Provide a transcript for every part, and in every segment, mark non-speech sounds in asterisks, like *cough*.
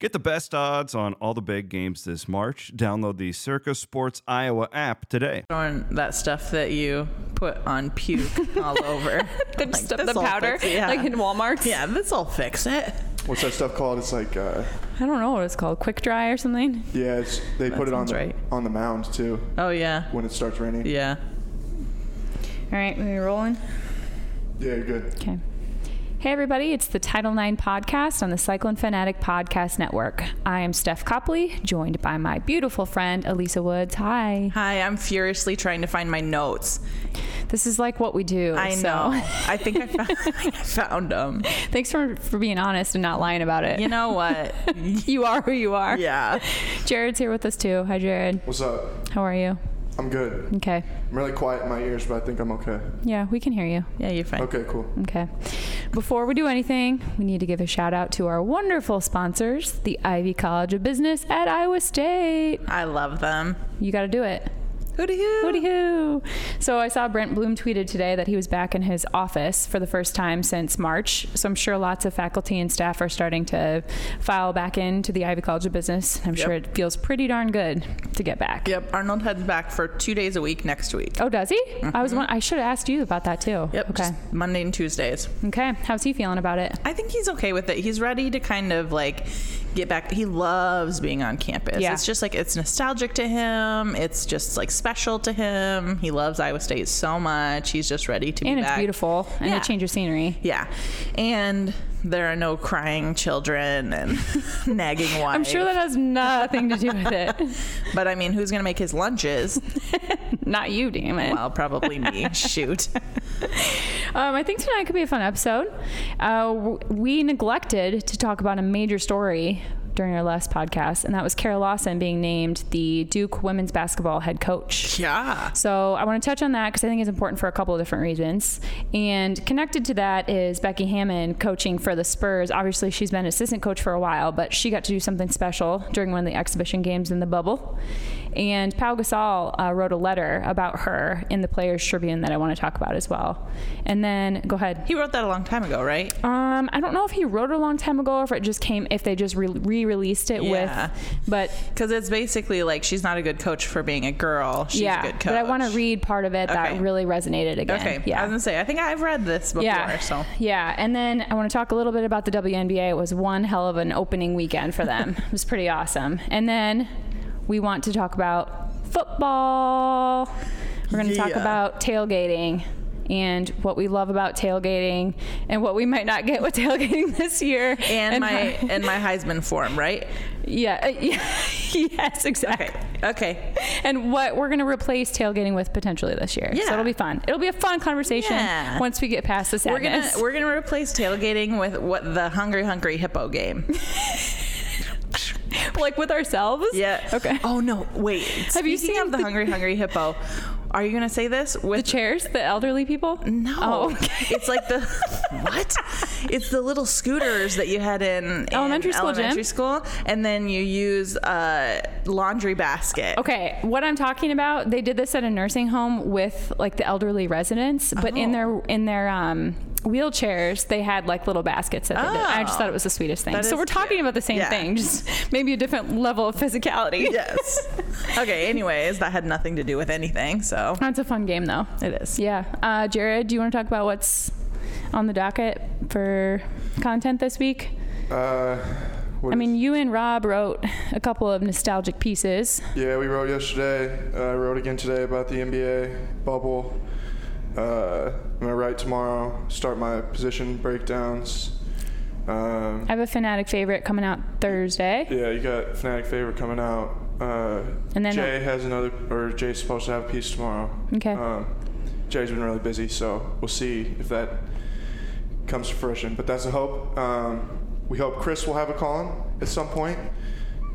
Get the best odds on all the big games this March. Download the Circa Sports Iowa app today. on that stuff that you put on puke *laughs* all over. The, Like, stuff, the this'll powder, fix it, yeah. like in Walmart. yeah, this will fix it. What's that stuff called? It's like, uh, I don't know what it's called. Quick dry or something. yeah, it's, they put it on sounds the, right. on the mound too Oh yeah, when it starts raining. yeah. All right, we rolling. Yeah, good. Okay. Hey, everybody, it's the Title IX podcast on the Cyclone Fanatic Podcast Network. I am Steph Copley, joined by my beautiful friend, Elisa Woods. Hi. Hi, I'm furiously trying to find my notes. This is like what we do. I so- *laughs* know. *laughs* I think I found, I found them. Thanks for, for being honest and not lying about it. You know what? *laughs* you are who you are. yeah. Jared's here with us too. Hi, Jared. What's up? How are you? I'm good. Okay. I'm really quiet in my ears, but I think I'm okay. Yeah, we can hear you. Yeah, you're fine. Okay, cool. Okay. Before we do anything, we need to give a shout out to our wonderful sponsors, the Ivy College of Business at Iowa State. I love them. You got to do it. Hooty hoo. Hooty hoo. So I saw Brent Bloom tweeted today that he was back in his office for the first time since March. So I'm sure lots of faculty and staff are starting to file back into the Ivy College of Business. I'm sure it feels pretty darn good to get back. Yep, Arnold heads back for two days a week next week. Oh, does he? I was. won- I should have asked you about that too. Mm-hmm. Yep, Okay. just Monday and Tuesdays. Okay. How's he feeling about it? I think he's okay with it. He's ready to kind of like get back. He loves being on campus. Yeah. It's just like it's nostalgic to him. It's just like special to him. He loves Iowa State so much. He's just ready to And be it's back. beautiful, and Yeah. a change of scenery. Yeah. And there are no crying children and *laughs* nagging wife. I'm sure that has nothing to do with it. But I mean, who's going to make his lunches? *laughs* Not you, damn it. Well, probably *laughs* me. Shoot. Um, I think tonight could be a fun episode. Uh, w- we neglected to talk about a major story during our last podcast, and that was Kara Lawson being named the Duke women's basketball head coach. Yeah. So I want to touch on that because I think it's important for a couple of different reasons. And connected to that is Becky Hammond coaching for the Spurs. Obviously, she's been assistant coach for a while, but she got to do something special during one of the exhibition games in the bubble. And Pau Gasol uh, wrote a letter about her in the Players Tribune that I want to talk about as well. And then go ahead. He wrote that a long time ago, right? Um, I don't know if he wrote it a long time ago, or if it just came, if they just re- re-released it Yeah. with, but Because it's basically like she's not a good coach for being a girl. She's yeah. a good coach. But I want to read part of it that Okay. really resonated again. Okay. I yeah. was gonna say I think I've read this before. Yeah. *laughs* So Yeah. And then I want to talk a little bit about the WNBA. It was one hell of an opening weekend for them. it was pretty awesome. And then we want to talk about football. We're going to talk Yeah. about tailgating and what we love about tailgating and what we might not get with tailgating *laughs* this year. and, my how- *laughs* and my Heisman form, right? *laughs* yeah, *laughs* uh, yeah. yes, exactly. Okay. Okay. And what we're going to replace tailgating with potentially this year. So Yeah. it'll be fun. It'll be a fun conversation Yeah. once we get past the We're sadness. gonna we're gonna replace tailgating with what the hungry hungry hippo *laughs* game. like with ourselves. Yeah. Okay. Oh no! Wait. Have you Speaking seen of the the- hungry hungry hippo? Are you gonna say this The with chairs, the elderly people. No. Oh, *laughs* okay. It's like *laughs* the what? It's the little scooters that you had in, in Elementary school gym? elementary school, and then you use a laundry basket. Okay, what I'm talking about, they did this at a nursing home with like the elderly residents, but in Oh. their in their um, wheelchairs, they had like little baskets that they did. I just Oh. thought it was the sweetest thing. That So is we're talking cute. about the same Yeah. thing, just maybe a different level of physicality. Yes. okay. Anyways, that had nothing to do with anything. So That's a fun game though. it is. Yeah. Uh, Jared, do you want to talk about what's on the docket for content this week? Uh, what I is- mean, you and Rob wrote a couple of nostalgic pieces. Yeah, we wrote yesterday. Uh, I wrote again today about the NBA bubble. Uh, I'm gonna write tomorrow. Start my position breakdowns. Um, I have a fanatic favorite coming out Thursday. yeah, you got Fanatic favorite coming out. Uh, And then- Jay has another, or Jay's supposed to have a piece tomorrow. Okay. Um, Jay's been really busy, so we'll see if that comes to fruition. But that's a hope. Um, we hope Chris will have a column at some point.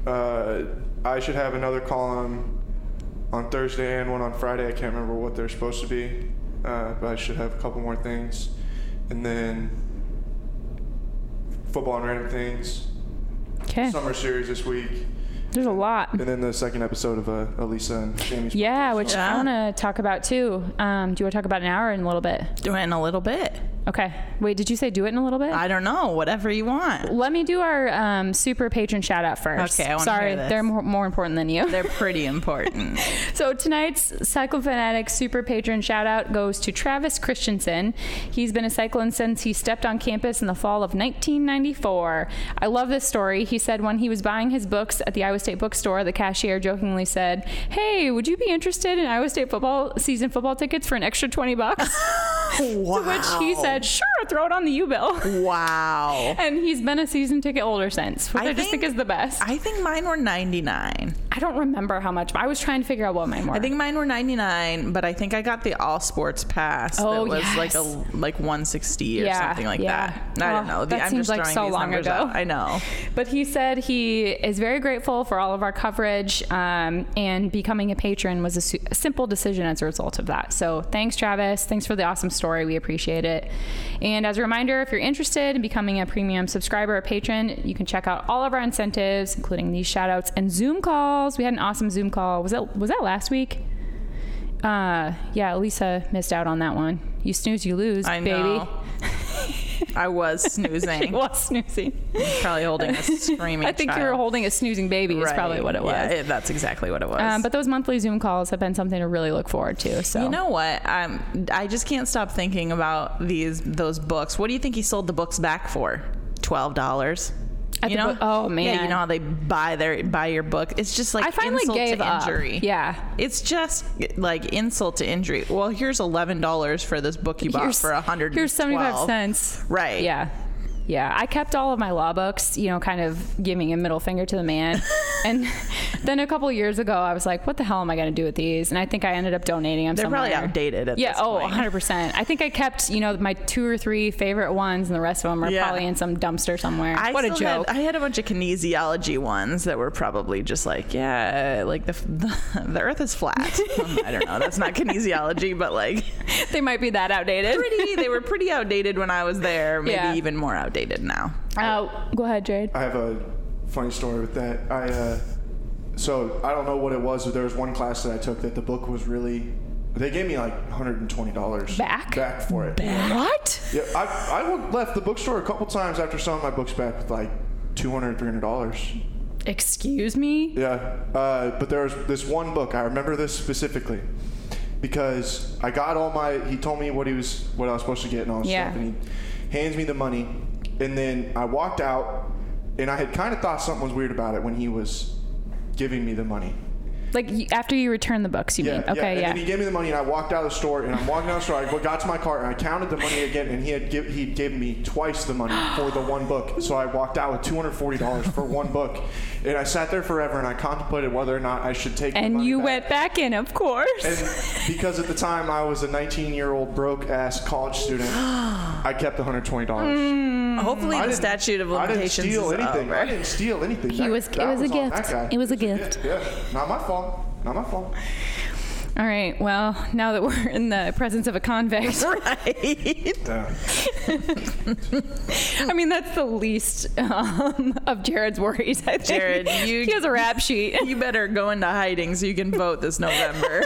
Uh, I should have another column on Thursday and one on Friday. I can't remember what they're supposed to be, uh, but I should have a couple more things. And then football and random things, Okay. summer series this week, There's a lot. and then the second episode of uh, Elisa and Jamie's. Yeah, which Yeah. I want to talk about too. Um, do you want to talk about an hour in a little bit? Do it in a little bit. Okay. Wait, did you say do it in a little bit? I don't know. Whatever you want. Let me do our um, super patron shout out first. Okay, I wanna Sorry, hear this. they're more, more important than you. They're pretty important. So tonight's Cycle Fanatic super patron shout out goes to Travis Christensen. He's been a cyclone since he stepped on campus in the fall of 1994. I love this story. He said when he was buying his books at the Iowa State bookstore, the cashier jokingly said, "Hey, would you be interested in Iowa State football season football tickets for an extra 20 *laughs* bucks?" wow. to which he said, "Sure, throw it on the U bill." Wow. *laughs* And he's been a season ticket holder since, which I, just think is the best. I, I think mine were 99. don't remember how much. I was trying to figure out what mine were. I think mine were 99, but I think I got the all sports pass Oh, that was like a yes. like 160 or Yeah, something like yeah. that. I don't Oh, know. The- that I'm seems just like throwing so these long numbers ago. out. I know. *laughs* But he said he is very grateful for all of our coverage, um, and becoming a patron was a, su- a simple decision as a result of that. So thanks, Travis. Thanks for the awesome story. We appreciate it. And as a reminder, if you're interested in becoming a premium subscriber or patron, you can check out all of our incentives, including these shout outs and Zoom calls. We had an awesome Zoom call. Was that was that last week? Uh, yeah, Lisa missed out on that one. You snooze, you lose, I baby. know. I was *laughs* She snoozing. was snoozing. probably holding a screaming *laughs* I think you were child. holding a snoozing baby. Is Right. probably what it was. Yeah, it- that's exactly what it was. Um, but those monthly Zoom calls have been something to really look forward to. So you know what? Um, I just can't stop thinking about these those books. What do you think he sold the books back for? Twelve dollars. At You the know? book- oh, Yeah, you man. know how they buy their buy your book. It's just like I finally insult gave to up. injury. Yeah. It's just like insult to injury. Well, here's eleven dollars for this book you bought for a hundred. Here's seventy-five cents. Right. Yeah. Yeah, I kept all of my law books, you know, kind of giving a middle finger to *laughs* the man. and then a couple years ago, I was like, what the hell am I going to do with these? And I think I ended up donating them They're somewhere. probably outdated at yeah, this oh, point. 100%. I think I kept, you know, my two or three favorite ones, and the rest of them are Yeah. probably in some dumpster somewhere. I what a still joke. *laughs* Had, I had a bunch of kinesiology ones that were probably just like, yeah, like the *laughs* the, the Earth is flat. *laughs* Um, I don't know. That's not kinesiology, but like they might be that outdated. pretty. They were pretty outdated when I was there. Maybe Yeah. even more outdated now. Uh, go ahead, Jared. I have a funny story with that. I uh, so I don't know what it was, but there was one class that I took that the book was really. They gave me like 120 dollars Back? back for it. What? Yeah, I I left the bookstore a couple times after selling my books back with like 200 dollars. Excuse me? Yeah, uh, but there was this one book. I remember this specifically because I got all my. He told me what he was, what I was supposed to get, and all this Yeah. stuff. And he hands me the money, and then I walked out, and I had kind of thought something was weird about it when he was giving me the money. Like y- after you return the books, you mean? and Okay, yeah. then he gave me the money, and I walked out of the store, and I'm walking out of the store. I got to my car, and I counted the money again, and he had give, he gave me twice the money for the one book. So I walked out with two hundred forty dollars for one book, and I sat there forever, and I contemplated whether or not I should take. the and money you back. went back in, of course. And because at the time I was a 19 year old broke ass *gasps* college student, I kept the $120. Mm. Hmm. Hopefully, I the didn't- statute of limitations I didn't steal is anything. over. I didn't steal anything. He was- it was a on gift. that guy. It was a gift. Yeah, not my fault. Not my fault. All right. Well, now that we're in the presence of *laughs* a convict, *laughs* *laughs* Right. I mean that's the least um, of Jared's worries. I think. Jared, you- *laughs* he has a rap sheet. you better go into hiding so you can vote this *laughs* November.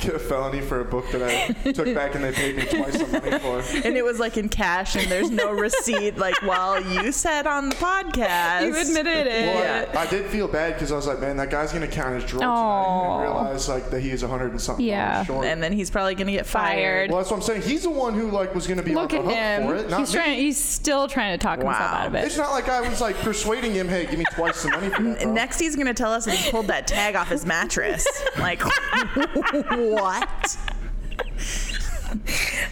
Get a felony for a book that I took back and they paid me twice the money for. *laughs* and it was like in cash, and there's no receipt. Like, well, you said on the podcast, You admitted it. Well, I- Yeah. I, did feel bad because I was like, man, that guy's gonna count his draw Aw. tonight and realize like that he is 100 and something Yeah. dollars short. and then he's probably gonna get Fired. fired. well, that's what I'm saying. He's the one who like was gonna be Look on at the hook for him. it. Not He's me. trying. He's still trying to talk himself Wow. out of it. It's not like I was like persuading him, hey, give me twice the money for that. bro." Next, he's gonna tell us that he pulled that tag off his *laughs* mattress. Like, what?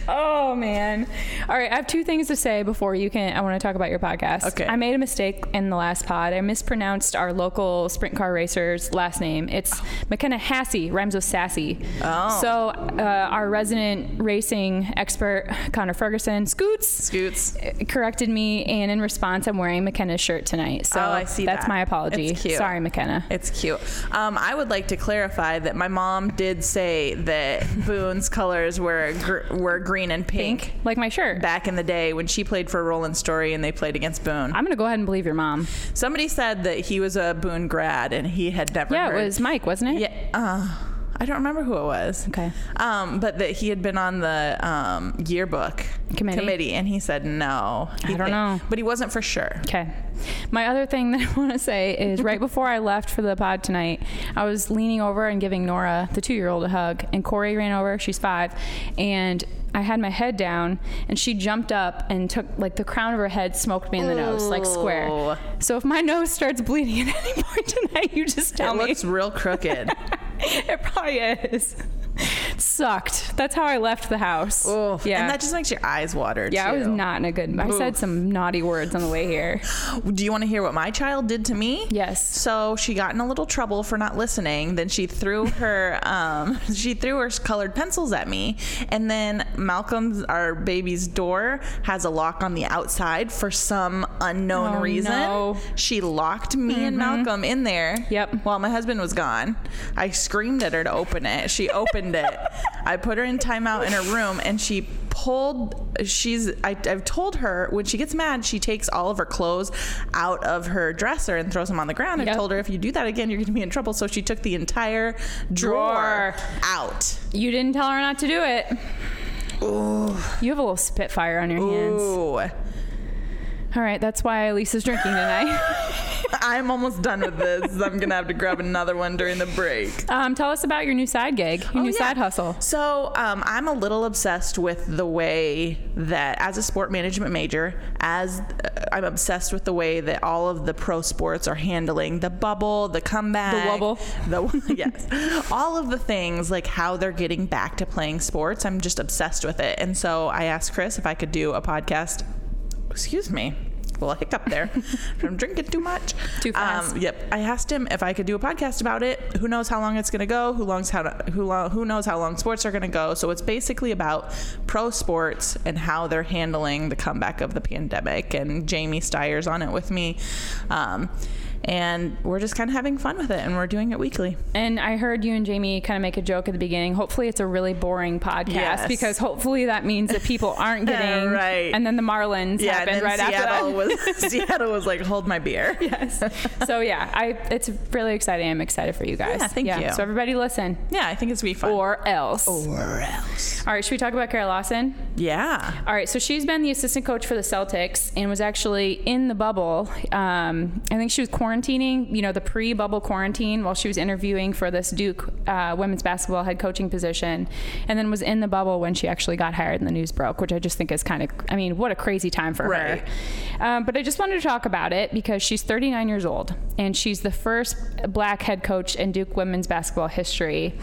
Oh man. All right, I have two things to say before you can I want to talk about your podcast. Okay. I made a mistake in the last pod. I mispronounced our local sprint car racer's last name. It's McKenna Hassey, rhymes with sassy. Oh. So, uh, our resident racing expert Connor Ferguson, Scoots, Scoots. corrected me and in response I'm wearing McKenna's shirt tonight. So, Oh, I see that's that. my apology. It's cute. Sorry, McKenna. It's cute. Um, I would like to clarify that my mom did say that Boone's colors were gr- were green and pink, Like my shirt. back in the day when she played for Roland Story and they played against Boone. I'm going to go ahead and believe your mom. Somebody said that he was a Boone grad and he had never. Yeah, heard. it was Mike, wasn't it? Yeah. Uh, I I don't remember who it was. Okay. Um, but that he had been on the um, yearbook Committee? and he said no. He I don't thi- know. But he wasn't for sure. Okay. My other thing *laughs* that I want to say *laughs* is right before I left for the pod tonight, I was leaning over and giving Nora, the two year old, a hug, and Corey ran over. She's five. And I had my head down, and she jumped up and took, like, the crown of her head smoked me in the nose, like Ooh. square. So if my nose starts bleeding *laughs* at any point tonight, you just tell it me. looks real crooked. *laughs* it probably is. Sucked. That's how I left the house. Oh, yeah. And that just makes your eyes water. yeah, I was too. not in a good. I said Oof. some naughty words on the *laughs* way here. Do you want to hear what my child did to me? Yes. So she got in a little trouble for not listening. Then she *laughs* threw her um, she threw her colored pencils at me. And then Malcolm's our baby's door has a lock on the outside for some unknown Oh, reason. no. Mm-hmm. She locked me and Malcolm in there. Yep. While my husband was gone, I screamed at her to open it. She opened it. I put her in timeout in her room, and she pulled. She's. I, I've told her when she gets mad, she takes all of her clothes out of her dresser and throws them on the ground. I Yep. have told her if you do that again, you're going to be in trouble. So she took the entire drawer, Drawer. out. You didn't tell her not to do it. You have a little spitfire on your hands. Ooh. All right, that's why Lisa's drinking tonight. *laughs* I'm almost done with this. I'm gonna have to grab another one during the break. um, tell us about your new side gig, your Oh, new yeah. side hustle. So um, I'm a little obsessed with the way that, as a sport management major, as uh, I'm obsessed with the way that all of the pro sports are handling the bubble, the comeback, The wobble. the *laughs* yes, all of the things like how they're getting back to playing sports. I'm just obsessed with it, and so I asked Chris if I could do a podcast. Excuse me. Well, hiccup *laughs* there from drinking too much. Um, Too fast. Yep. I asked him if I could do a podcast about it. Who knows how long it's going to go? Who longs how to, who lo- who knows how long sports are going to go? So it's basically about pro sports and how they're handling the comeback of the pandemic. And Jamie Steyer's on it with me, um, and we're just kind of having fun with it. And we're doing it weekly. And I heard you and Jamie kind of make a joke at the beginning. Hopefully, it's a really boring podcast Yes. because hopefully that means that people *laughs* aren't getting. Right. And then the Marlins happened right Seattle after that. was *laughs* Seattle was like, hold my *laughs* beer. Yes. So yeah, I it's really exciting. I'm excited for you guys. Yeah, thank you. So everybody listen, Yeah, I think it's gonna be fun. or else. or else. All right, should we talk about Kara Lawson? Yeah. All right, so she's been the assistant coach for the Celtics and was actually in the bubble. Um, I think she was quarantining, you know, the pre bubble quarantine while she was interviewing for this Duke uh, women's basketball head coaching position, and then was in the bubble when she actually got hired and the news broke, which I just think is kind of, I mean, what a crazy time for Right. her. Um, but I just wanted to talk about it because she's 39 years old and she's the first black head coach in Duke women's basketball history.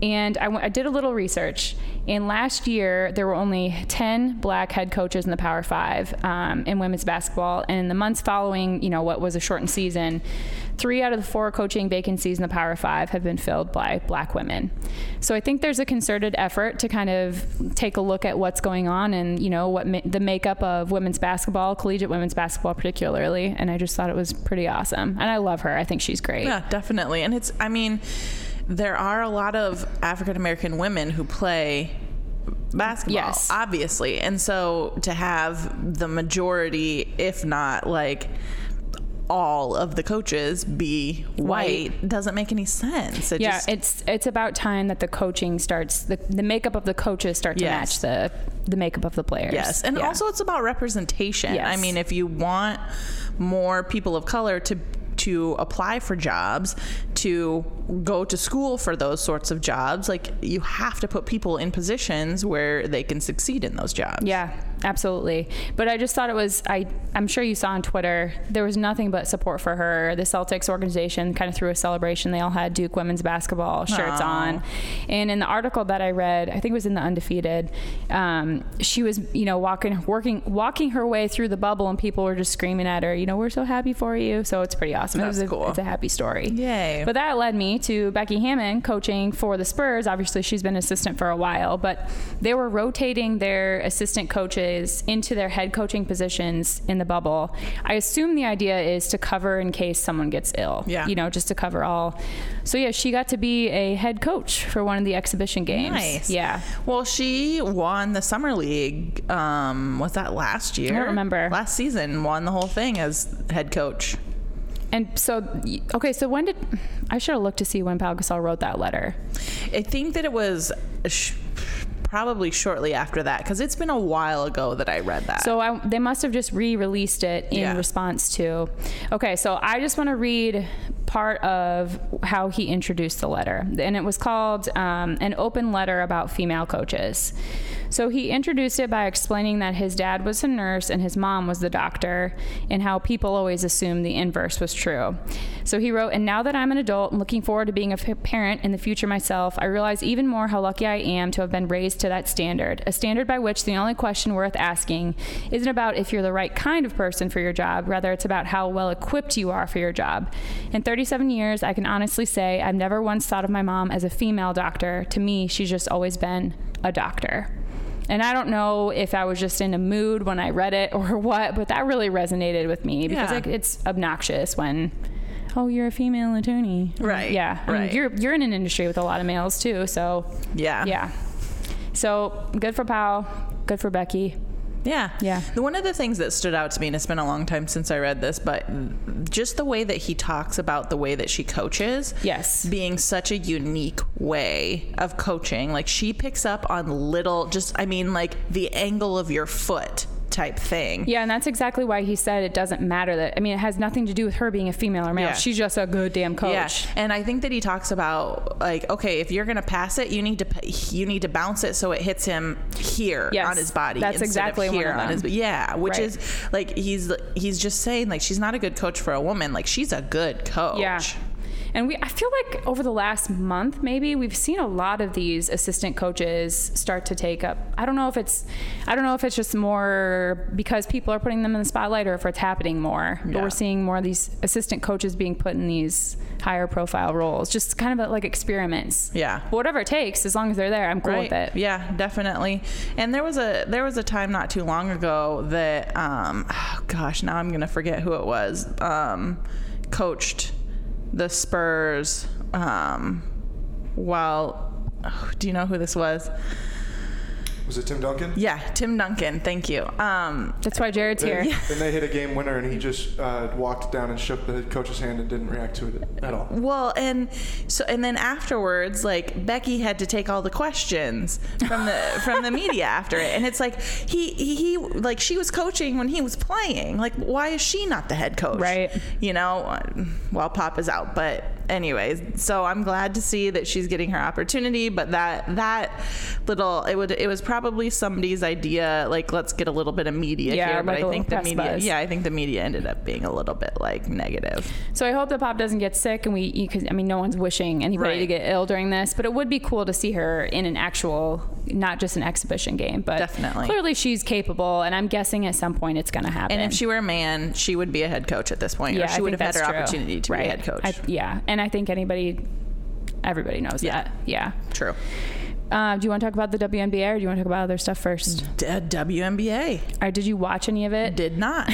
And I, went, I did a little research. And last year, there were only 10 black head coaches in the Power Five um, in women's basketball. And in the months following, you know, what was a shortened season, three out of the four coaching vacancies in the Power Five have been filled by black women. So I think there's a concerted effort to kind of take a look at what's going on and, you know, what ma- the makeup of women's basketball, collegiate women's basketball particularly. And I just thought it was pretty awesome. And I love her. I think she's great. Yeah, definitely. And it's, I mean, there are a lot of African American women who play basketball, Yes. obviously. And so to have the majority, if not like all of the coaches be white, doesn't make any sense. It yeah, just, it's it's about time that the coaching starts the, the makeup of the coaches start Yes. to match the the makeup of the players. Yes, and Yeah. also it's about representation. I Yes. mean, if you want more people of color to to apply for jobs, to go to school for those sorts of jobs, like you have to put people in positions where they can succeed in those jobs. Yeah, absolutely. But I just thought it was I I'm sure you saw on Twitter there was nothing but support for her. The Celtics organization kind of threw a celebration. They all had Duke women's basketball shirts Aw. on. And in the article that I read, I think it was in the Undefeated, um, she was you know walking working walking her way through the bubble and people were just screaming at her. You know we're so happy for you. So it's pretty awesome. That's it was a, cool. It's a happy story. Yay. But that led me to Becky Hammond coaching for the Spurs. Obviously, she's been assistant for a while, but they were rotating their assistant coaches into their head coaching positions in the bubble. I assume the idea is to cover in case someone gets ill. Yeah. You know, just to cover all. So yeah, she got to be a head coach for one of the exhibition games. Nice. Yeah. Well, she won the summer league. Um, was that last year? remember. Last season, won the whole thing as head coach. And so, okay, so when did I should have looked to see when Pau Gasol wrote that letter? I think that it was sh- probably shortly after that because it's been a while ago that I read that. So I, they must have just re-released it in Yeah. response to. Okay, so I just want to read part of how he introduced the letter, and it was called um, "An Open Letter About Female Coaches." So he introduced it by explaining that his dad was a nurse and his mom was the doctor, and how people always assumed the inverse was true. So he wrote, "And now that I'm an adult and looking forward to being a f- parent in the future myself, I realize even more how lucky I am to have been raised to that standard, a standard by which the only question worth asking isn't about if you're the right kind of person for your job, rather, it's about how well equipped you are for your job. In 37 years, I can honestly say I've never once thought of my mom as a female doctor. To me, she's just always been a doctor. And I don't know if I was just in a mood when I read it *laughs* or what, but that really resonated with me because Yeah. like, it's obnoxious when, oh, you're a female attorney. Right, Yeah. I mean, right. you're you're in an industry with a lot of males too, so yeah. yeah. So good for Powell, good for Becky. Yeah. Yeah. The- One of the things that stood out to me, and it's been a long time since I read this, but just the way that he talks about the way that she coaches. Yes. Being such a unique way of coaching. Like she picks up on little, just, I mean, like the angle of your foot type thing. Yeah, and that's exactly why he said it doesn't matter that I mean it has nothing to do with her being a female or male. Yeah. She's just a good damn coach. Yeah, and I think that he talks about like, okay, if you're gonna pass it, you need to pa- you need to bounce it so it hits him here Yes, on his body. that's instead of exactly one here of on his them. yeah, which Right. is like he's he's just saying like she's not a good coach for a woman. Like she's a good coach. Yeah. And we, I feel like over the last month, maybe we've seen a lot of these assistant coaches start to take up. I don't know if it's, I don't know if it's just more because people are putting them in the spotlight or if it's happening more. But Yeah. we're seeing more of these assistant coaches being put in these higher profile roles, just kind of like experiments. Yeah. Whatever it takes, as long as they're there, I'm cool with it. Yeah, definitely. And there was a there was a time not too long ago that um *sighs* oh gosh, now I'm gonna forget who it was. Um coached the Spurs um while oh, do you know who this was? Was it Tim Duncan? Yeah, Tim Duncan. Thank you. Um, That's why Jared's here. They, and they hit a game winner, and he just uh, walked down and shook the head coach's hand and didn't react to it at all. Well, and so and then afterwards, like Becky had to take all the questions from *laughs* the from the media after it, and it's like he he, he like she was coaching when he was playing. Like, why is she not the head coach? Right. You know, uh, while Pop is out. But anyways, so I'm glad to see that she's getting her opportunity. But that that little it would it was probably somebody's idea. Like, let's get a little bit of media Yeah, here. But like I a little think the press media. buzz. Yeah, I think the media ended up being a little bit like negative. So I hope that Pop doesn't get sick, and we, because I mean, no one's wishing anybody Right. to get ill during this. But it would be cool to see her in an actual, not just an exhibition game. But Definitely. clearly she's capable, and I'm guessing at some point it's going to happen. And if she were a man, she would be a head coach at this point. or yeah, she I would have think had her that's true. opportunity to right. be a head coach. I- yeah, and I think anybody, everybody knows Yeah. that. Yeah. true. Uh, do you want to talk about the WNBA, or do you want to talk about other stuff first? D- uh, WNBA Or did you watch any of *laughs* it? did *laughs* not.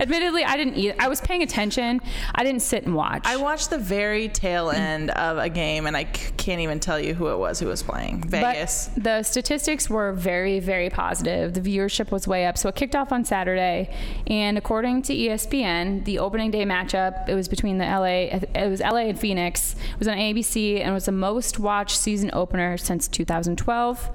Admittedly, I didn't. Either. I was paying attention. I didn't sit and watch. I watched the very Mm. tail end of a game, and I c- can't even tell you who it was who was playing. Vegas. But the statistics were very, very positive. The viewership was way up. So it kicked off on Saturday, and according to E ESPN, the opening day matchup it was between the LA it was LA and Phoenix. It was on ABC and was the most watched season opener since 2012,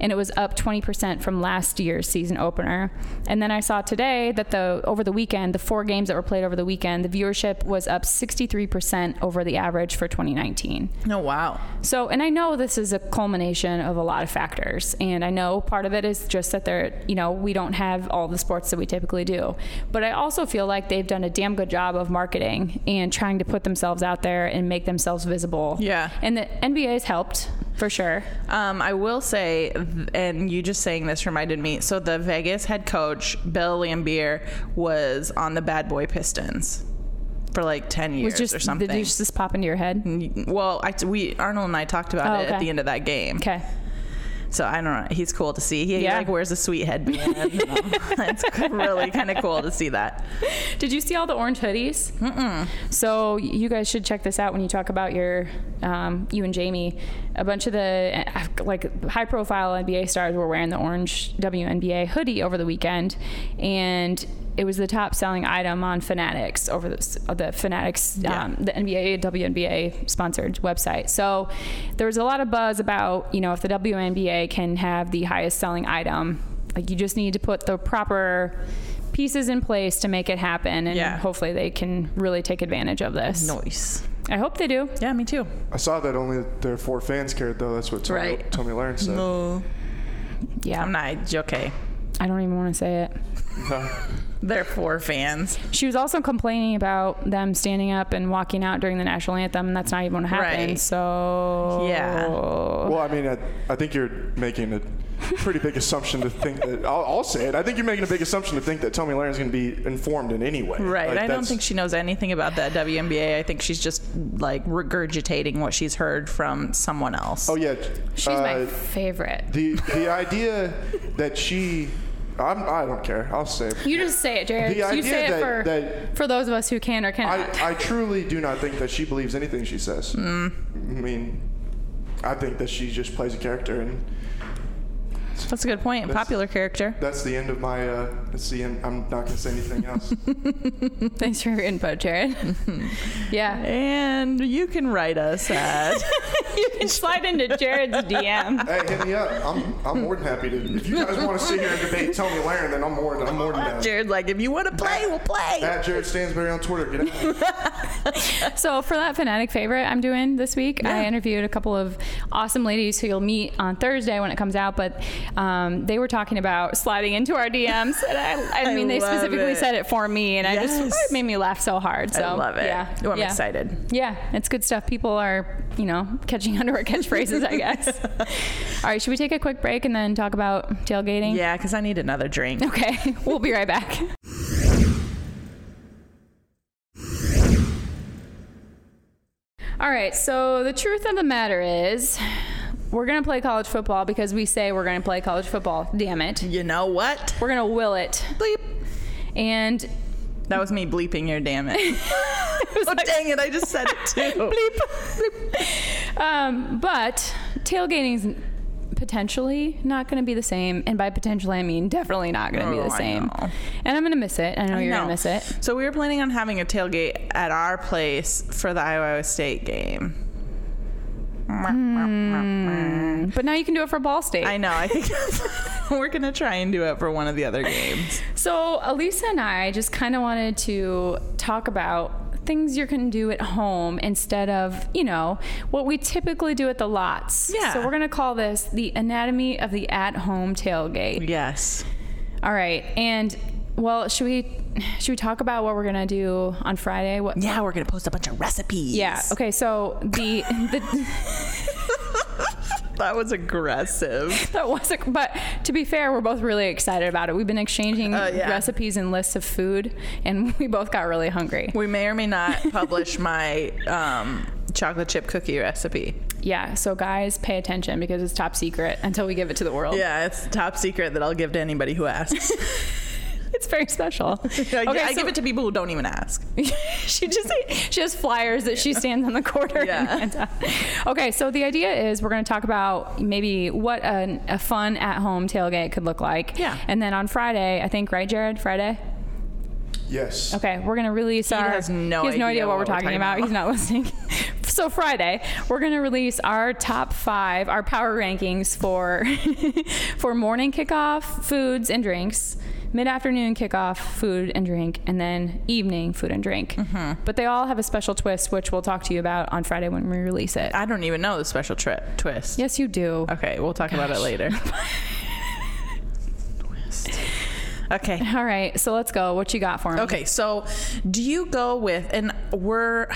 and it was up 20% from last year's season opener. And then I saw today that the over the weekend, the four games that were played over the weekend, the viewership was up 63% over the average for 2019. No, wow. So, and I know this is a culmination of a lot of factors, and I know part of it is just that they're, you know, we don't have all the sports that we typically do. But I also feel like they've done a damn good job of marketing and trying to put themselves out there and make themselves visible. Yeah. And the NBA has helped for sure. Um, I will say, and you just saying this reminded me. So the Vegas head coach Bill Lambier was on the Bad Boy Pistons for like ten years It's just or something. Mm. Did you just pop into your head? well, I, we Arnold and I talked about Oh, it at okay. the end of that game. Okay. So I don't know. He's cool to see. He, he, Yeah. like wears a sweet *laughs* headband. *laughs* it's really kind of cool to see that. Did you see all the orange hoodies? Mm-mm. So you guys should check this out when you talk about your, um, you and Jamie. A bunch of the uh, like high-profile NBA stars were wearing the orange WNBA hoodie over the weekend, and it was the top selling item on Fanatics over the, uh, the Fanatics, Yeah. um, the NBA, WNBA sponsored website. So there was a lot of buzz about, you know, if the WNBA can have the highest selling item, like you just need to put the proper pieces in place to make it happen. And Yeah. hopefully they can really take advantage of this. Noise. I hope they do. Yeah, me too. I saw that only their four fans cared, though. That's what Tommy, Right. Tommy Lahren said. No, Yeah. I'm not okay. I don't even want to say it. They're four fans. She was also complaining about them standing up and walking out during the national anthem, and that's not even going to happen. Right. So Well, I mean, I, I think you're making a pretty big assumption to think that. I'll, I'll say it. I think you're making a big assumption to think that Tommy Lahren's going to be informed in any way. Right. Like, I don't that's- think she knows anything about that WNBA. I think she's just like regurgitating what she's heard from someone else. Oh yeah. she's my uh, favorite. the the idea that she, I'm, I don't care. I'll say. It. You just say it, Jared. The You idea say it that- for, that- for those of us who can or cannot. I, I truly do not think that she believes anything she says. Mm. I mean, I think that she just plays a character, and That's a good point. That's- Popular character. that's the end of my. Uh, that's the end. I'm not going to say anything else. *laughs* Thanks for your input, *laughs* Jared. yeah. And you can write *laughs* us at You can slide into Jared's DM. hey, hit me up. I'm, I'm more than happy to. If you guys want to sit here and debate Tony Laren, then I'm more than I'm more than down. Jared. Like, if you want to play, we'll play. At Jared Stansberry on Twitter. Get out. So for that fanatic favorite I'm doing this week, I interviewed a couple of awesome ladies who you'll meet on Thursday when it comes out. But um, they were talking about sliding into our DMs, and I, I *laughs* I mean they love specifically it. said it for me, and I just Yes. it made me laugh so hard. So I love it. Yeah, Oh, I'm yeah. excited. Yeah, it's good stuff. People are, you know, catching *laughs* on to our catchphrases, I *laughs* guess. All right, should we take a quick break and then talk about tailgating? Yeah, because I need another *laughs* drink. Okay, we'll be right back. All right, so the truth of the matter is, we're going to play college football because we say we're going to play college football. Damn it. You know what? We're going to will it. Bleep. And That was me bleeping your damn it. it was oh, *laughs* like- dang it. I just said it *laughs* too. *laughs* um, but tailgating's potentially not going to be the same. And by potentially, I mean definitely not going to Oh, be the I same. know. And I'm going to miss it. I know you're No. going to miss it. So we were planning on having a tailgate at our place for the Iowa State game. But now you can do it for Ball State. I know. I think *laughs* we're gonna try and do it for one of the other games. So, Elisa and I just kind of wanted to talk about things you can do at home instead of, you know, what we typically do at the lots. Yeah. So, we're going to call this the anatomy of the at home tailgate. Yes. All right. And, well, should we. Should we talk about what we're gonna do on Friday? What? Yeah, we're gonna post a bunch of recipes. Yeah. Okay. So the *laughs* the That was aggressive. that was a, but to be fair, we're both really excited about it. We've been exchanging Uh, yeah. recipes and lists of food, and *laughs* we both got really hungry. We may or may not *laughs* publish my um, chocolate chip cookie recipe. Yeah, so guys, pay attention because it's top secret until we give it to the world. Yeah, it's top secret that I'll give to anybody who *laughs* asks. It's very special. *laughs* I, Okay, I so- give it to people who don't even ask. *laughs* she just she has flyers that she stands on the corner. Yeah. *laughs* and hands out. okay, so the idea is we're going to talk about maybe what an, a fun at-home tailgate could look like. Yeah. And then on Friday, I think, right, Jared? Friday. Yes. Okay, we're gonna release our. has no he has no idea what, we're talking, about. He's not listening. *laughs* so Friday, we're gonna release our top five, our power rankings for *laughs* for morning kickoff foods and drinks, mid afternoon kickoff food and drink, and then evening food and drink. But they all have a special twist, which we'll talk to you about on Friday when we release it. I don't even know the special trip twist. yes, you do. Okay, we'll talk about it later. Twist. Okay. All right, so let's go. What you got for me? Okay, so do you go with and we're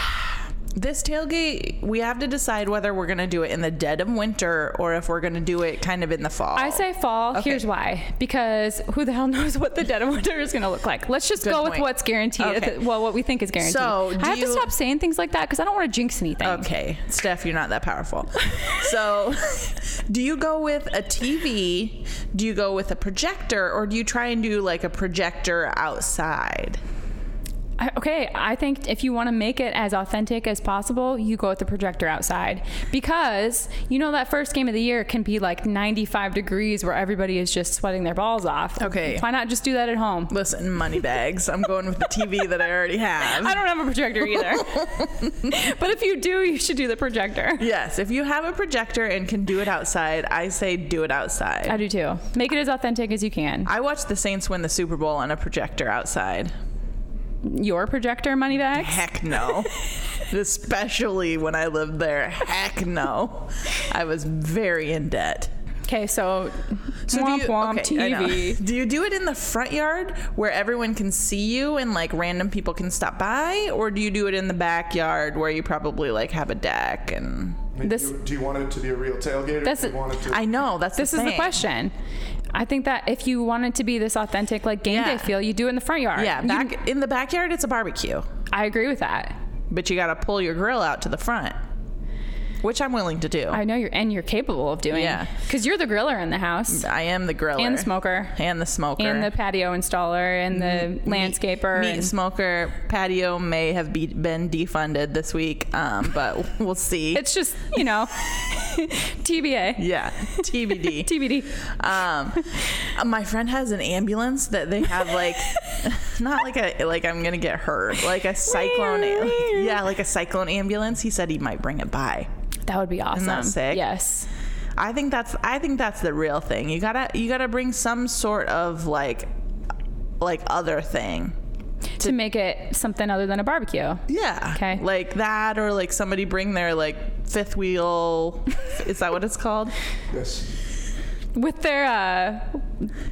this tailgate we have to decide whether we're going to do it in the dead of winter or if we're going to do it kind of in the fall. I say fall. Okay. Here's why. Because who the hell knows what the dead of winter is going to look like? Let's just Good go with point. what's guaranteed. uh, Okay. Well, what we think is guaranteed. So, do I have you- to stop saying things like that because I don't want to jinx anything. Okay, Steph, you're not that powerful. so, do you go with a TV? Do you go with a projector or do you try and do like a projector outside? I- Okay, I think if you want to make it as authentic as possible, you go with the projector outside because you know that first game of the year can be like 95 degrees where everybody is just sweating their balls off. Okay. Why not just do that at home? Listen, money bags. I'm going with the TV that I already have. I don't have a projector either. *laughs* but if you do, you should do the projector. yes, if you have a projector and can do it outside, I say do it outside. I do too. Make it as authentic as you can. I watched the Saints win the Super Bowl on a projector outside. Your projector money bags? Heck *laughs* no. Especially when I lived there. Heck no. I was very in debt. Okay, so, So do womp you- womp okay, I know. TV. Do you do it in the front yard where everyone can see you and like random people can stop by? Or do you do it in the backyard where you probably like have a deck and. I mean, This- do, you, do you want it to be a real tailgate? Or That's do you a- want it to, I know, that's This is the thing. question. I think that if you wanted to be this authentic, like game Yeah. day feel, you do it in the front yard. Yeah, You- back in the backyard, it's a barbecue, I agree with that. but you got to pull your grill out to the front, which I'm willing to do. I I, know you're, and you're capable of doing. Yeah. Because you're the griller in the house am the griller and smoker and the smoker and the patio installer and the Mm-hmm. landscaper. meat, and- smoker patio may have be, been defunded this week, um, but *laughs* we'll see. it's just, *laughs* you know, TBA. yeah, *laughs* TBD. TBD. Um, uh, my friend has an ambulance that they have like, *laughs* not like a like I'm gonna get hurt, *laughs* like a cyclone. yeah, like a cyclone ambulance. He said he might bring it by. That would be awesome. that sick? Yes. I think that's I think that's the real thing. You gotta you gotta bring some sort of like like other thing. To make it something other than a barbecue. Yeah. Okay. Like that, or like somebody bring their like fifth *laughs* wheel. is that what it's called? yes. with their uh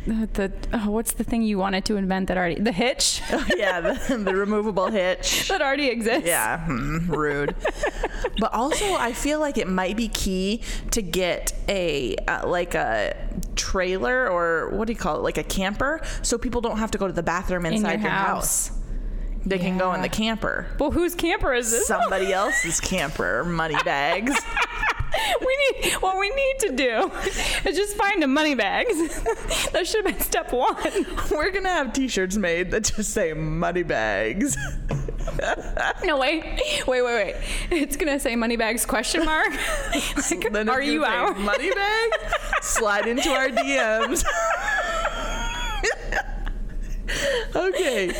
the oh, what's the thing you wanted to invent that already the *laughs* hitch yeah, the, the removable hitch. that already exists Yeah, hmm, rude. but also, I feel like it might be key to get a uh, like a trailer or what do you call it, like a camper, so people don't have to go to the bathroom in inside your, house. They can go in Yeah. the camper. well whose camper is this *laughs* somebody else's camper money bags. we need what we need to do *laughs* is just find the money bags *laughs* that should have been step one *laughs* We're gonna have T-shirts made that just say money bags. no wait wait wait wait it's gonna say money bags *laughs* question mark like, Then it's are gonna you say, out money bag? Slide into our DMs. okay.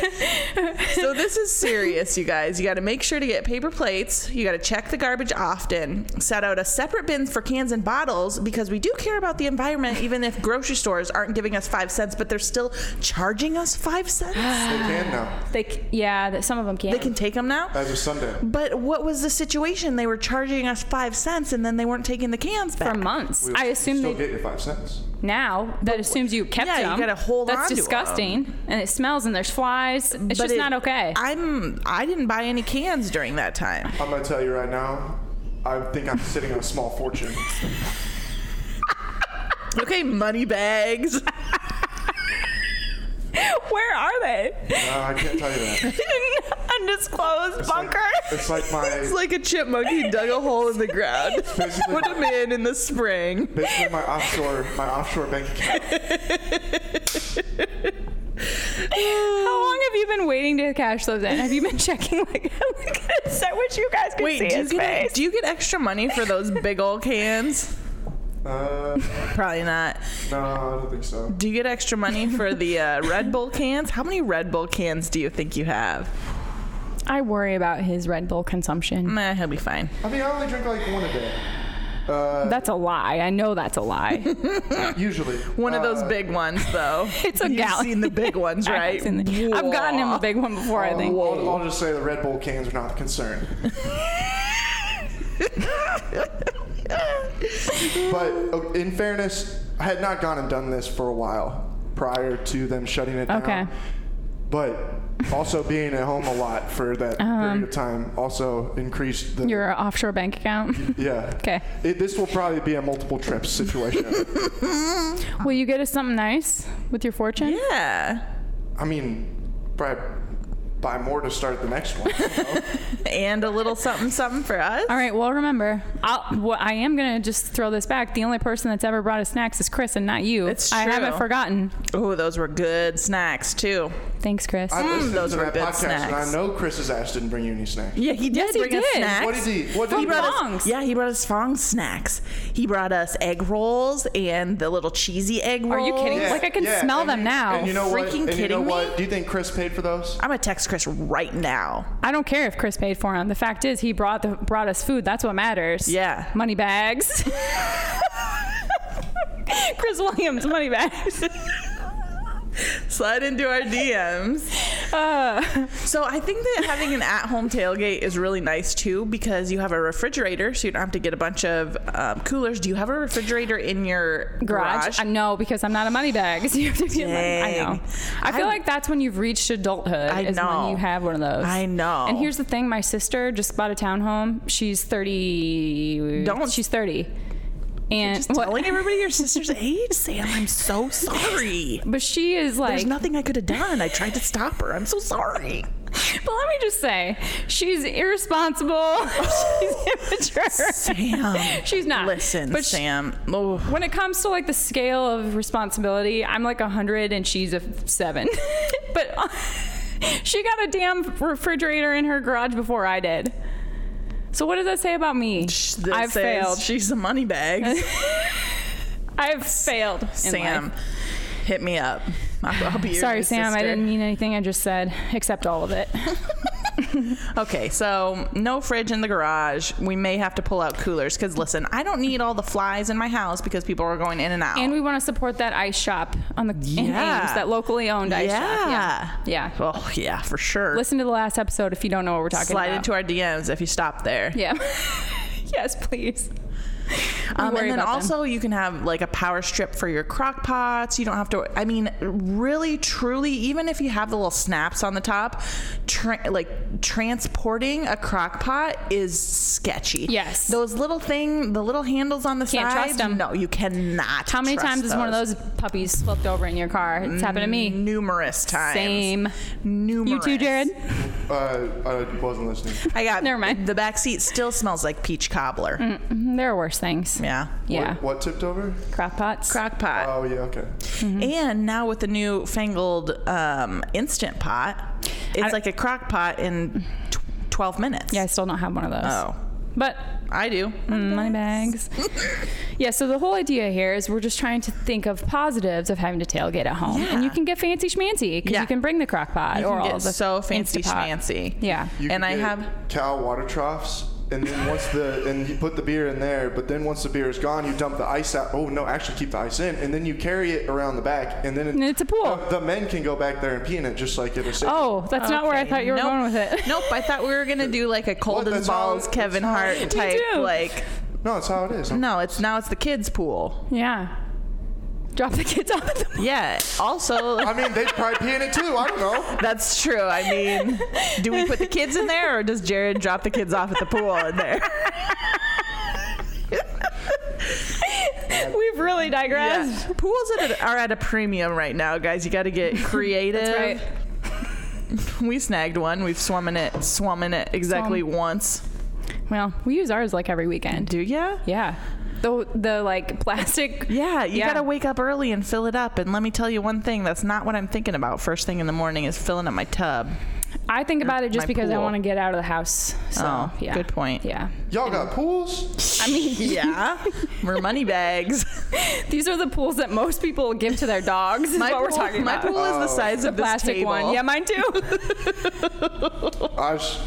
So this is serious, you guys. You got to make sure to get paper plates. You got to check the garbage often. Set out a separate bin for cans and bottles because we do care about the environment, even if grocery stores aren't giving us five cents, but they're still charging us five cents. They can now. they c- yeah that some of them can't They can take them now. As of Sunday. But what was the situation? They were charging us five cents, and then they weren't taking the cans back. for months We'll i assume still they get your five cents. now that assumes you kept yeah, you them. gotta hold That's on to 'em. disgusting, and it smells, and there's flies. It's But just it- not okay. I'm. I didn't buy any cans during that time. I'm gonna tell you right now. I think I'm sitting on a small fortune. Okay, money *laughs* bags. Where are they? No, Uh, I can't tell you that. Undisclosed like- It's like my It's like a chipmunk. He dug a hole in the ground. basically, Put him in in the spring. basically my offshore my offshore bank account. How long have you been waiting to cash those in? Have you been *laughs* checking? Like, *laughs* so which you guys can Wait, do see you, his get, e- face. do you get extra money for those big old cans? Uh, Probably not. no, I don't think so. Do you get extra money for the uh, Red Bull cans? How many Red Bull cans do you think you have? I worry about his Red Bull consumption. Nah, he'll be fine. I mean, I only drink like one a day. *laughs* Uh, That's a lie. I know that's *laughs* a lie. Usually. One of those Uh, big ones, though. *laughs* It's a You've gallon. seen the big ones, right? *laughs* I've, seen the- I've gotten him a big one before. I think. I'll, I'll just say the Red Bull cans are not the concern. but uh, in fairness, I had not gone and done this for a while prior to them shutting it down. Okay. But also being at home a lot for that Um, period of time also increased the Your offshore bank account. yeah. Okay. It, this will probably be a multiple trip situation. Will you get us something nice with your fortune? Yeah. I mean, probably buy more to start the next one. And a little something, something for us. All right. Well, remember, I'll, well, I am gonna just throw this back. The only person that's ever brought us snacks is Chris, and not you. It's I true. haven't forgotten. Oh, those were good snacks too. Thanks, Chris. I *laughs* listened those to were that good podcast, and snacks. I know Chris's ass didn't bring you any snacks. Yeah, he did Yes, he bring us did. snacks. What did he? What did From he? Bronx. us- Bongs. yeah, he brought us fong snacks. He brought us egg rolls and the little cheesy egg Are rolls. you kidding? Like, I can smell and them you- now. And you know what? Freaking and you know kidding what? me? Do you think Chris paid for those? I'm gonna text Chris right now. I don't care if Chris paid for them. The fact is, he brought the brought us food. That's what matters. Yeah. money bags. *laughs* Chris Williams, *laughs* money bags. Slide into our DMs. *laughs* Uh, So I think that having an at-home tailgate is really nice too because you have a refrigerator, so you don't have to get a bunch of um, coolers. Do you have a refrigerator in your garage? garage. Uh, no, because I'm not a money bag. *laughs* So you have to be a money. I Dang. know. I feel I- like that's when you've reached adulthood. I is know. When you have one of those. I know. And here's the thing: my sister just bought a townhome. She's 30. Don't- She's 30. And Just what- telling everybody your sister's age, Sam. I'm so sorry. *laughs* But she is like There's nothing I could have done. I tried to stop her. I'm so sorry. *laughs* But let me just say, she's irresponsible. *laughs* *laughs* she's immature. Sam. She's not. Listen, But she- Sam. Oh, When it comes to like the scale of responsibility, I'm like a hundred and she's a f- seven. *laughs* but uh, she got a damn refrigerator in her garage before I did. So what does that say about me? sh- this I've says failed. She's a money bag. I've failed. *laughs* in Sam, life. hit me up. I'll, I'll be your Sorry, new Sam. I sister. Oh. didn't mean anything I just said, except all of it. Okay, so no fridge in the garage. We may have to pull out coolers because listen, I don't need all the flies in my house because people are going in and out. and we want to support that ice shop on the in Yeah. Ames, that locally owned ice shop. Yeah. Yeah. Oh yeah, for sure. Listen to the last episode if you don't know what we're talking Slide about. into our DMs if you stop there. yeah. *laughs* yes, please. We Um, worry and then about them. also, you can have like a power strip for your crock pots. You don't have to, I mean, really, truly, even if you have the little snaps on the top, tra- like transporting a crock pot is sketchy. Yes. Those little thing, the little handles on the Can't side. trust 'em. No, you cannot. How many trust times has one of those puppies flipped over in your car? It's happened to me. Numerous Mm, times. Same. Numerous. You too, Jared. Mm-hmm, Uh, I wasn't listening. I got. Never mind. The back seat still smells like peach cobbler. Mhm, There are worse things. Yeah. Yeah. What tipped over? Crop pots. Crock pot. Oh yeah, okay. And now with the new fangled um, instant pot, it's like a crock pot in tw- 12 minutes. I still don't have one of those. Oh, But I do. mm, *laughs* money bags. yeah. So the whole idea here is we're just trying to think of positives of having to tailgate at home, and Yeah. you can get fancy schmancy because Yeah. you can bring the crock pot You or can all get the so fancy Instapot. schmancy. Yeah. You And could I get have- cow water troughs, and then once the and you put the beer in there, but then once the beer is gone, you dump the ice out. Oh no, actually keep the ice in, and then you carry it around the back, and then it, And it's a pool. The, the men can go back there and pee in it, just like it was. Oh, that's not where I Okay, thought you were nope. going with it. *laughs* Nope, I thought we were gonna do like a cold What? as That's how- balls Kevin that's how- *laughs* Hart type do. like. No, that's how it is. No, it's now it's the kids pool. Yeah. Drop the kids off at the *laughs* Yeah. *laughs* Also, I mean, they probably pee in it too. I don't know. that's true. I mean, do we put the kids in there, or does Jared drop the kids off at the pool in there? We've really digressed. Yeah. Pools at a, are at a premium right now, guys. You got to *laughs* get creative. That's right. We snagged one. We've swum in it, swum in it exactly Swum. once. Well, we use ours like every weekend. Do ya? Yeah. The the like *laughs* plastic. Yeah, you Yeah. gotta wake up early and fill it up. And let me tell you one thing that's not what I'm thinking about first thing in the morning is filling up my tub. I think about it just My because I pool. want to get out of the house. So Oh, yeah. good point. Yeah. Y'all got pools? I mean, *laughs* *laughs* Yeah, we're money bags. these are the pools that most people give to their dogs. Is My what pool, we're talking my about. pool is the size of this plastic table. one. Yeah, mine too. *laughs* I was,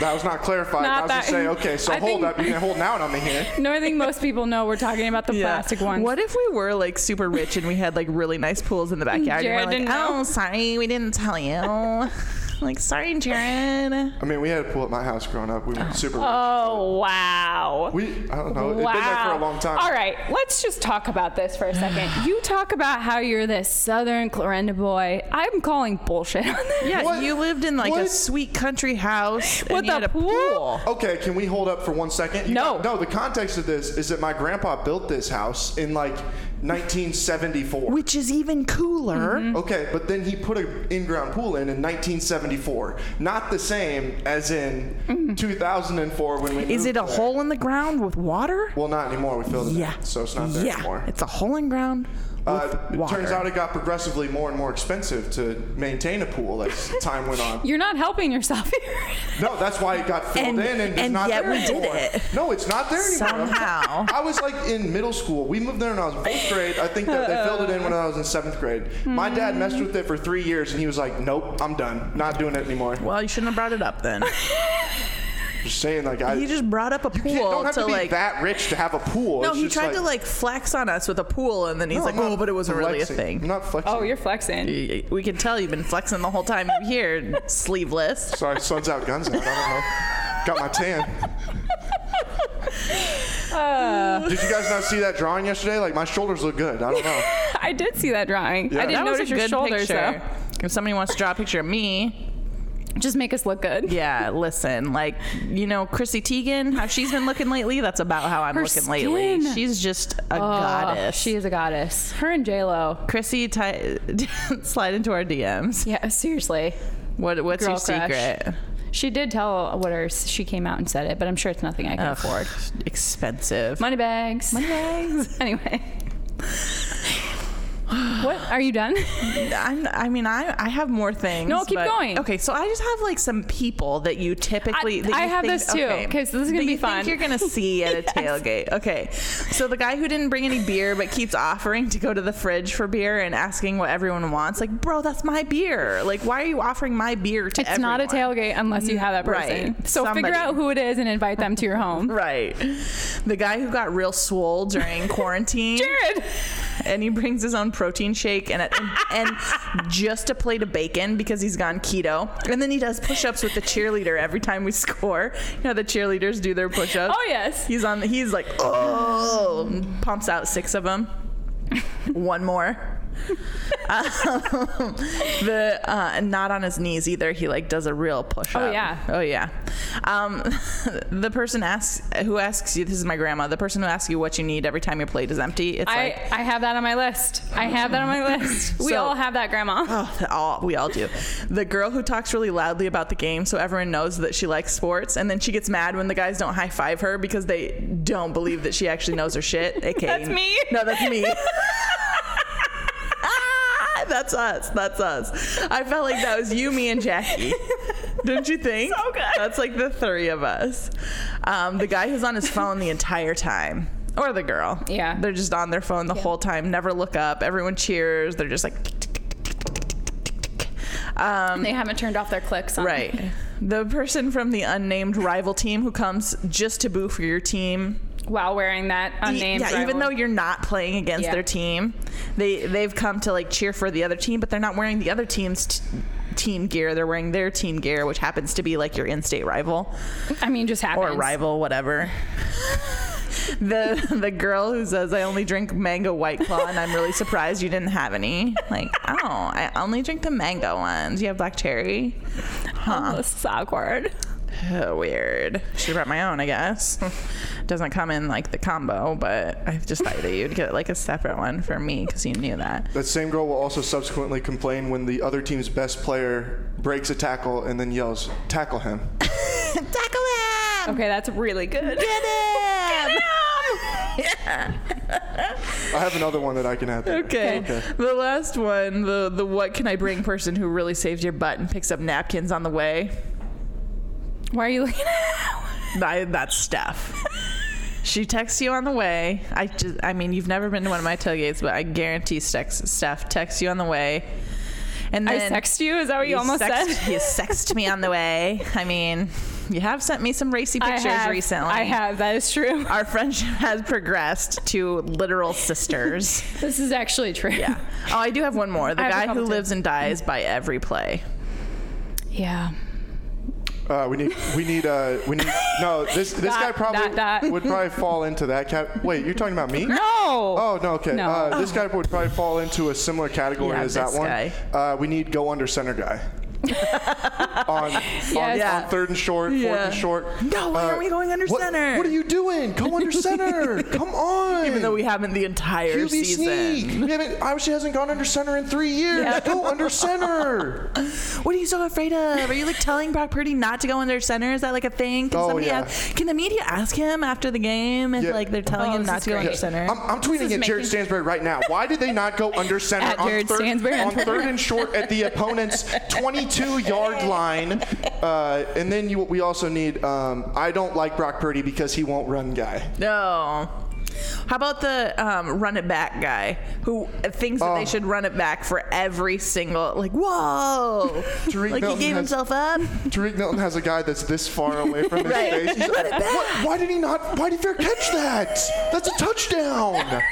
that was not clarified. Not I was just that- saying, okay, so I hold think- up. You're holding out on me here. no, I think most people know we're talking about the Yeah. plastic ones. What if we were like super rich and we had like really nice pools in the backyard? Jared and we're like, didn't know. oh, sorry, we didn't tell you. *laughs* like, sorry, Jared. I mean, we had a pool at my house growing up. We were super. Oh wow. we, I don't know. Oh, It's been there for a long time. All right, let's just talk about this for *sighs* a second. You talk about how you're this Southern Clarenda boy. I'm calling bullshit on this. Yeah, What? you lived in like a What? sweet country house and With you a had a pool? pool. Okay, can we hold up for one second? You No. got- no, the context of this is that my grandpa built this house in like 1974. which is even cooler. Okay, but then he put an in-ground pool in in 1974. Not the same as in Mm. 2004 when we. Is moved it a there. hole in the ground with water? Well, not anymore. We filled it. in, yeah. So it's not there yeah. anymore. It's a hole in ground with Uh, it water. turns out it got progressively more and more expensive to maintain a *laughs* pool as time went on. You're not helping yourself *laughs* here. No, that's why it got filled And- in and it's and not yet there we did anymore. it. No, it's not there anymore. Somehow. *laughs* I was like in middle school. We moved there when I was in fourth grade. I think that they filled it in when I was in seventh grade. My Hmm. dad messed with it for three years and he was like, "Nope, I'm done. Not doing it anymore." well, you shouldn't have brought it up then. *laughs* Just saying, like I he just brought up a pool You don't have to, to be like. that rich to have a pool. no, It's he just tried to like flex on us with a pool, and then he's No, like, I'm not "Oh, but it wasn't really a flexing. I'm thing." not flexing. Oh, you're flexing. We can tell you've been flexing the whole time you're here, sleeveless. sorry. Sun's out, guns out. I don't know. Got my tan. Did you guys not see that drawing yesterday? Like my shoulders look good. I don't know. *laughs* I did see that drawing. Yeah. I didn't That was a notice your good shoulders picture. If somebody wants to draw a picture of me, though. Just make us look good. yeah, listen, like you know, Chrissy Teigen, how she's been looking lately. That's about how I'm Her looking lately. skin. She's just a Oh, goddess. She is a goddess. Her and J Lo. Chrissy, ti- *laughs* slide into our DMs. Yeah, seriously. What, what's Girl your crush. secret? She did tell what her she came out and said it, but I'm sure it's nothing I can Ugh, afford. Expensive. Money bags. Money bags. *sighs* *laughs* anyway. what are *laughs* you done? I'm, I mean, I I have more things. No, keep but- going. Okay, so I just have like some people that you typically. I- that you I have think- this too, okay, 'cause this is gonna that be you fun. Think you're gonna see at a *laughs* Yes. tailgate. Okay, so the guy who didn't bring any beer but keeps offering to go to the fridge for beer and asking what everyone wants. Like, bro, that's my beer. Like, why are you offering my beer to? It's not a everyone? tailgate unless you have that person. Right. So Somebody. figure out who it is and invite them to *laughs* your home. Right. The guy who got real swole *laughs* during quarantine. Jared. and he brings his own protein shake and, and, and just a plate of bacon because he's gone keto. And then he does push-ups with the cheerleader every time we score. You know the cheerleaders do their push-ups. Oh, yes. He's on. He's like, oh, and pumps out six of them. One more. um, the uh, not on his knees either. He like does a real push up. Oh, yeah. Oh yeah. Um, *laughs* the person asks who asks you. This is my grandma. The person who asks you what you need every time your plate is empty. It's like I, I have that on my list. I have that on my *laughs* list. We So- all have *laughs* that, Grandma. Oh, th- all, we all do. The girl who talks really loudly about the game so everyone knows that she likes sports, and then she gets mad when the guys don't high five her because they don't believe that she actually knows her shit. AKA, *laughs* That's me. No, that's *laughs* me. Ah, that's us. That's us. I felt like that was you, me, and Jackie. *laughs* Don't you think? So good. That's like the three of us. Um, the guy who's on his phone the entire time. Or the girl. Yeah. They're just on their phone the whole time, never look up. Everyone cheers. They're just like, they haven't turned off their clicks on Right. The person from the unnamed rival team who comes just to boo for your team. while wearing that unnamed. E-, yeah, even rival- though you're not playing against Yeah. their team, they they've come to like cheer for the other team, but they're not wearing the other team's t- team gear. They're wearing their team gear, which happens to be like your in-state rival I mean, just happens. or rival, whatever. *laughs* the the girl who says I only drink mango white claw and I'm really surprised you didn't have any. Like, *laughs* oh, I only drink the mango ones. You have black cherry. Oh, this is awkward. Oh, weird. Should have brought my own, I *laughs* guess. Doesn't come in like the combo, but I just thought that you'd get like a separate one for me because you knew *laughs* that. That same girl will also subsequently complain when the other team's best player breaks a tackle and then yells, "Tackle him!" Tackle him! Okay, that's really good. Get *laughs* him! *laughs* I have another one that I can add. There. Okay. The last one, the the what can I bring person who really saves your butt and picks up napkins on the way. Why are you looking at I, that's *laughs* Steph. She texts you on the way. I just, I mean, you've never been to one of my tailgates, but I guarantee Steph, Steph texts you on the way. And I then sexted you? Is that what you, You almost sexed, said? you sexed me on the way. I mean, you have sent me some racy *laughs* I pictures have, recently. I have. That is true. *laughs* Our friendship has progressed to literal *laughs* sisters. This is actually true. yeah. Oh, I do have one more. The I have a guy who couple, too. lives and dies by every play. *laughs* Yeah. Uh, we need, we need, uh, we need. No, this this Dot, guy probably dot, dot. would probably fall into that cat. Wait, you're talking about me? No. Oh no, okay. No. Uh, this guy would probably fall into a similar category Yeah, as that this one. guy. *laughs* Uh, we need go under center guy. on, on, Yeah. on third and short, fourth Yeah. and short. Uh, No, why aren't we going under what- center? What are you doing? Come *laughs* under center. Come on. Even though we haven't the entire QB season. sneak. We haven't, Iowa State hasn't gone under center in three years. Yeah. Go *laughs* under center. What are you so afraid of? Are you like telling Brock Purdy not to go under center? Is that like a thing? Can Oh, somebody yeah. ask, can the media ask him after the game if Yeah. Um, like they're telling Oh, him this not is to go great. under center? I'm, I'm tweeting is at Jared making- Stansbury right now. Why did they not go under *laughs* center At on, Jared third, Stansbury on on Twitter. third and short at *laughs* the opponent's 22 yard line? Uh, and then you, we also need um, I don't like Brock Purdy because he won't run guy. no. How about the um, run it back guy who thinks that Oh. they should run it back for every single like whoa *laughs* Tariq like Milton he gave has- himself up Tariq Milton has a guy that's this far *laughs* away from his Right. face. He's like, "What- why did he not? Why did Fair catch that? That's a touchdown.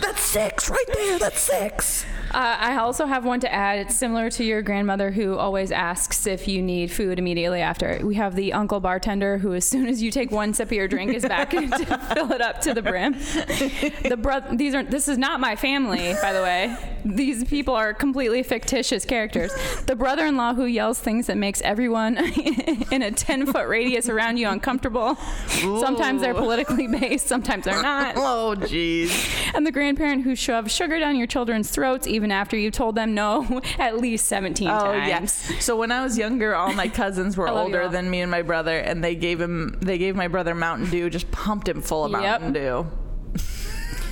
that's six right there that's six Uh, I also have one to add. It's similar to your grandmother who always asks if you need food immediately after. We have the uncle bartender who, as soon as you take one sip of your drink, is back *laughs* to fill it up to the brim. The bro- these are this is not my family, by the way. These people are completely fictitious characters. The brother-in-law who yells things that makes everyone *laughs* in a ten-foot radius around you uncomfortable. Sometimes they're politically based, sometimes they're *laughs* not oh jeez and the grandparent who shoved sugar down your children's throats even after you told them no *laughs* at least 17 Oh times. *laughs* yeah. So when I was younger, all my cousins were I love older y'all. than me and my brother, and they gave him they gave my brother Mountain Dew, just pumped him full of Yep. Mountain Dew.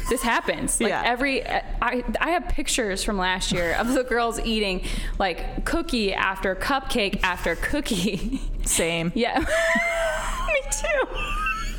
This happens. Like Yeah. every I I have pictures from last year of the girls eating like cookie after cupcake after cookie. *laughs* Same. yeah. Me too.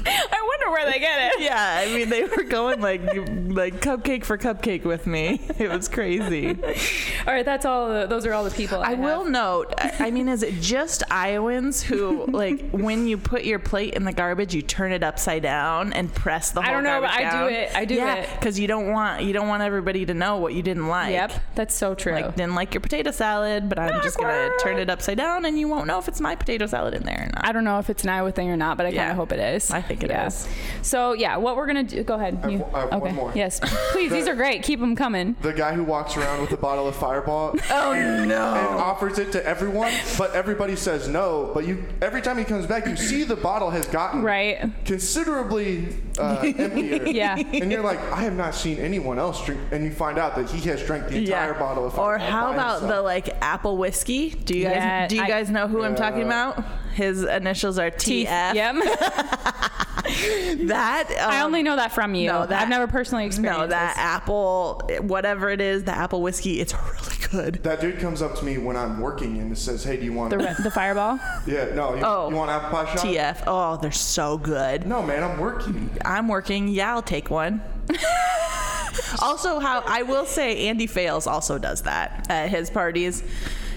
I wonder where they *laughs* get it. *laughs* Yeah, I mean they were going like like cupcake for cupcake with me. It was crazy. All right, that's all the, those are all the people. I, I will have. note. I I mean, is it just Iowans who like when you put your plate in the garbage, you turn it upside down and press the whole? I don't know, but garbage I do down? it. I do yeah, it. because you don't want you don't want everybody to know what you didn't like. Yep, that's so true. like didn't like your potato salad, but I'm just gonna Awkward. turn it upside down, and you won't know if it's my potato salad in there or not. I don't know if it's an Iowa thing or not, but I kind Yeah. of hope it is. I think it it is. is. So yeah, what we're gonna do? Go ahead. have one- I have one more. Yes, please. These are great. Keep them coming. The guy who walks around with a bottle of Fireball. Oh no! And offers it to everyone, but everybody says no. But you, every time he comes back, you see the bottle has gotten Right. considerably uh, *laughs* emptier. Yeah. And you're like, I have not seen anyone else drink. And you find out that he has drank the entire bottle of Fireball. Or how by about the himself. like apple whiskey? Do you guys Yeah, do you I- guys know who I'm talking about? His initials are TF. Yep. *laughs* That um, I only know that from you. No, that- I've never personally experienced. no that This. apple whatever it is the apple whiskey. It's *laughs* really good. That dude comes up to me when I'm working and says, Hey, do you want? The, re- the fireball. yeah. No. You, Oh. you want apple pie shot? TF. Oh, they're so good. No, man, I'm working. I'm working. Yeah, I'll take one. *laughs* also, how I will say Andy Fales also does that at his parties.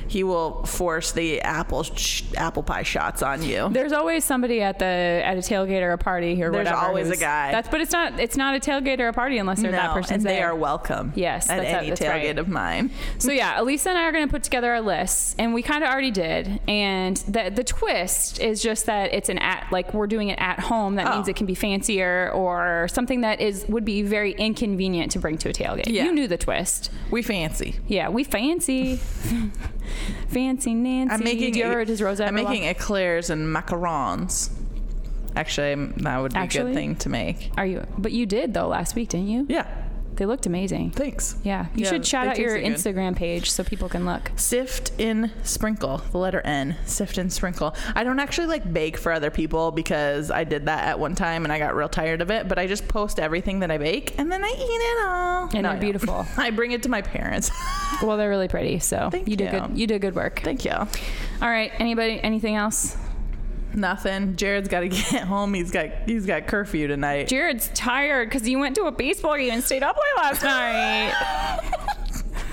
He will force the apple sh- apple pie shots on you. There's always somebody at the at a tailgate or a party or There's whatever. always a who's- guy. That's but it's not it's not a tailgate or a party unless they're that No, person's and they there. are welcome. Yes, at that's- any that's tailgate right. of mine. So yeah, Elisa and I are going to put together our lists, and we kind of already did. And the the twist is just that it's an at like we're doing it at home. That Oh. means it can be fancier or something that is would be very inconvenient to bring to a tailgate. Yeah. You knew the twist. We fancy. Yeah, we fancy, *laughs* fancy Nancy. I'm making. e-, Do you ever, does Rosa I'm ever making love- eclairs and macarons. Actually, I'm- that would be a Actually? good thing to make. Are you? But you did though last week, didn't you? Yeah. They looked amazing. Thanks. Yeah, you Yeah, should shout they out your tasted good. Instagram page so people can look. Sift in sprinkle, the letter N. Sift in sprinkle. I don't actually like bake for other people because I did that at one time and I got real tired of it. But I just post everything that I bake and then I eat it all. And No, I they're don't. beautiful. *laughs* I bring it to my parents. *laughs* Well, they're really pretty. So Thank you did you. good. You did good work. Thank you. All right. Anybody? Anything else? Nothing. Jared's got to *laughs* get home. He's got he's got curfew tonight. *laughs* Jared's tired because he went to a baseball game and stayed up late last night.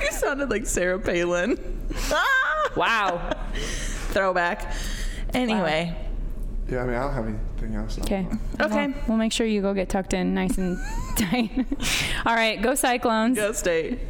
you sounded like Sarah Palin. *laughs* Ah! wow. Throwback. Anyway, Yeah. I mean, I don't have anything else. Okay. Okay. We'll, *laughs* we'll make sure you go get tucked in nice and tight. All right. Go Cyclones. go state.